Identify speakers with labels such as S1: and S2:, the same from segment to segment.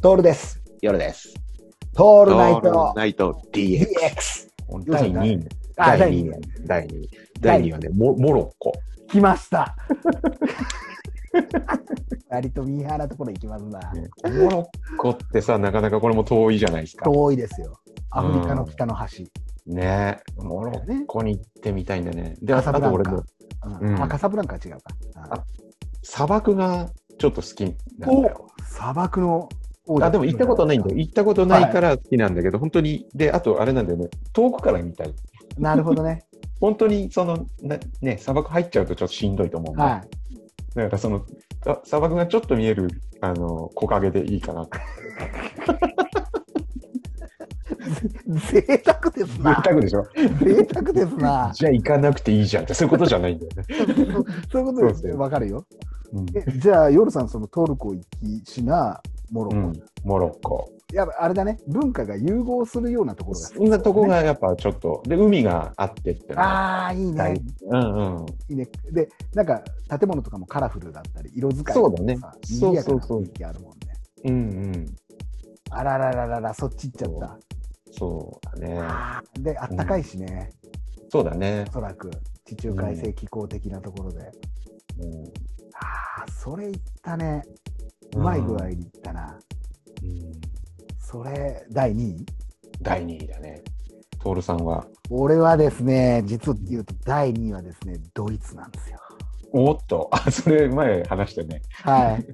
S1: トールです。
S2: 夜です。
S1: ト
S2: オ
S1: ールナイト
S2: ナイト DX。
S1: DX。
S2: 第2位。
S1: あ
S2: 第2位
S1: 第二。
S2: 第2位。第2位はね、モモロッコ。
S1: 来ま した。割とミーハーなところ行きますな。
S2: モロッコってさ、なかなかこれも遠いじゃないですか。
S1: 遠いですよ。アフリカの北の端。
S2: ねえモロッコに行ってみたいんだね。で、
S1: カ
S2: あ
S1: サブ
S2: あ
S1: ラ
S2: と
S1: ン
S2: 俺
S1: カ
S2: も
S1: うん
S2: うん
S1: あ、カサブランカは違うか。あ
S2: 砂漠がちょっと好きなんだよ。
S1: お砂漠の王者
S2: あでも行ったことないんだよ。行ったことないから好きなんだけど、本当に、で、あとあれなんだよね、遠くから見たい。
S1: なるほどね。
S2: 本当に、その、なね、砂漠入っちゃうとちょっとしんどいと思うんだよ
S1: は
S2: だからその、あ砂漠がちょっと見える、あの、木陰でいいかなって。
S1: い。贅沢ですな。
S2: 沢でしょ
S1: 贅沢ですな。
S2: じゃあ行かなくていいじゃんって、そういうことじゃないんだよ ね。
S1: そういうことですね。
S2: そうそう
S1: わかるよ。
S2: うん
S1: えじゃあ、夜さん、そのトルコ行きしな、モロッ
S2: う
S1: コ。
S2: ん、モロッコ。
S1: やっぱあれだね、文化が融合するようなところが好き
S2: そんなとこがやっぱちょっと、で、海があってってのが。
S1: ああ、いい
S2: はい
S1: ね。
S2: うんうん。
S1: いいね。で、なんか、建物とかもカラフルだったり、色使いとか
S2: そうだね
S1: さ
S2: そう
S1: 賑やかな
S2: そうそう
S1: 雰囲気あるもんね。
S2: うんうん。
S1: あららららら、そっち行っちゃった。
S2: そうだね。
S1: あーで、あったかいしね、
S2: そうだね
S1: お。そらく、地中海性気候的なところで。
S2: うん
S1: ああ、それ行ったね。うまい具合に行ったな。
S2: うん
S1: それ、第2位
S2: 第2位だね。トールさんは、
S1: 俺はですね、実を言うと、第2位はですね、ドイツなんですよ。
S2: おっと、あ、それ前話したね。
S1: はい。
S2: はい。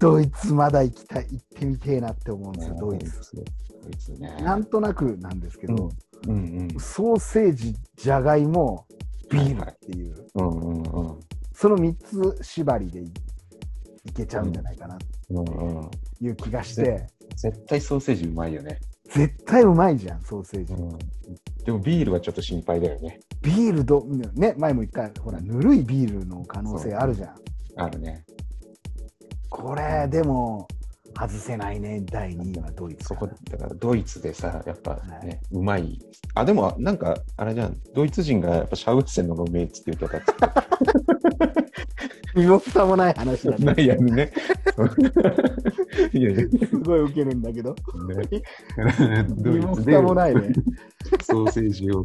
S1: ドイツまだ行きたい、行ってみてえなって思うんですよ、ドイツ。。
S2: ドイツね。
S1: なんとなくなんですけど、
S2: うんうん
S1: ソーセージ、じゃがいも、ビールっていう、
S2: うんうんうん
S1: その3つ縛りでいいけちゃうんじゃないかなって
S2: うんうん。
S1: いう気がして、
S2: 絶対ソーセージうまいよね。
S1: 絶対うまいじゃん、ソーセージ。
S2: でもビールはちょっと心配だよね。
S1: ビールど、ね、前も言った、ほら、ぬるいビールの可能性あるじゃん。
S2: あるね。
S1: これ、でも、外せないね、第2位はドイツ
S2: そ
S1: か
S2: こ
S1: な。
S2: だからドイツでさ、やっぱね、うまい。あ、でもなんか、あれじゃん、ドイツ人がやっぱシャウエッセンの方がうめえっつって言ってたっ
S1: 身も蓋もない話だ
S2: て。な
S1: ね。
S2: いやんね。いやいや、
S1: すごいウケるんだけど、
S2: ね、ド
S1: 身も
S2: イツで
S1: 蓋もないね。
S2: ソーセージを、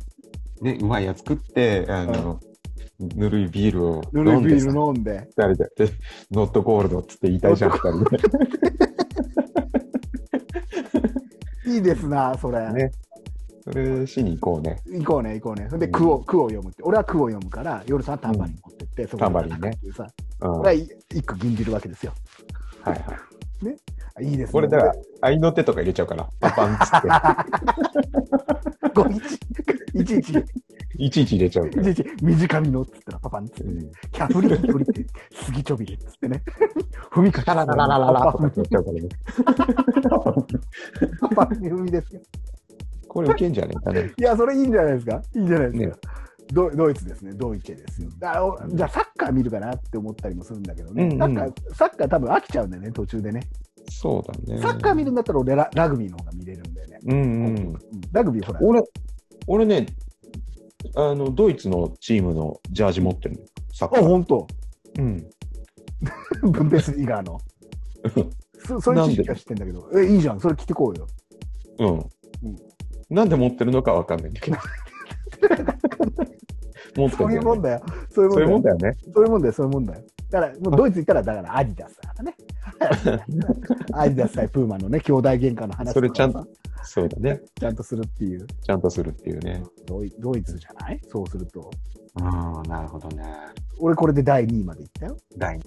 S2: ね、うまいやつ食って、あの、ぬるいビールを
S1: ぬるいビー
S2: の
S1: ル飲んで。
S2: 誰だって、ノットゴールドっつって言いたいじゃん、二人で。
S1: いいですな、それ。
S2: ねそれしに行こうね。
S1: 行こうね行こうねそれで
S2: うん
S1: 句を,、句を読むって俺は句を読むから夜さんはタンバリン持ってって、そこで
S2: タンバリンね
S1: っていうさ
S2: うん、
S1: これ
S2: は
S1: はい一句吟じるわけですよ
S2: はい。
S1: あいいですね
S2: これだから、合いの手とか入れちゃうから、パパンっつっ
S1: これいちいちいち
S2: て、いちいち入れちゃう
S1: い
S2: から。
S1: ちいち短めのっつったらパパンっつっ
S2: う
S1: て
S2: ん、
S1: キャフリキャフリって杉ちょびれっつってね踏みかけ
S2: タララララララとかって言っちゃうからね。
S1: パパンに踏みですよ
S2: これ受けんじゃねえかね。
S1: いやそれいいんじゃないですかいいんじゃないです
S2: ね
S1: か、ドドイツですね、ドイツですよ。あおじゃあ、サッカー見るかなって思ったりもするんだけどね、
S2: うん
S1: サ
S2: うん
S1: ッカー、サッカー多分飽きちゃうんだよね、途中でね。
S2: そうだね。
S1: サッカー見るんだったら俺ラ、ラグビーの方が見れるんだよね。
S2: うんうん。
S1: ラグビーほら、
S2: 俺、俺ね、あの、ドイツのチームのジャージ持ってるのよサッカ
S1: あ、
S2: ー。
S1: 本当。
S2: うん。
S1: ブンペス以外 の。そそういう知識は知ってんだけど、え、いいじゃん、それ着てこうよ。
S2: う
S1: う
S2: ん
S1: ん。
S2: なんで持ってるのかわかんないんだけど。持って
S1: そ
S2: る
S1: ういうもん
S2: よね。
S1: だよ。そういう
S2: そういうも
S1: もん
S2: ん
S1: だよ。
S2: だよね。
S1: そういうもんだよ、そういうもんだよ。だから、もうドイツ行ったら、だからアディダスだからね。 アディダス対プーマのね、兄弟喧嘩の話とかさ
S2: それちゃんと、そうだね。
S1: ちゃんとするっていう。
S2: ちゃんとするっていうね。
S1: ドイドイツじゃないそうすると。
S2: ああ、なるほどね。
S1: 俺これで第2位まで行ったよ。
S2: 第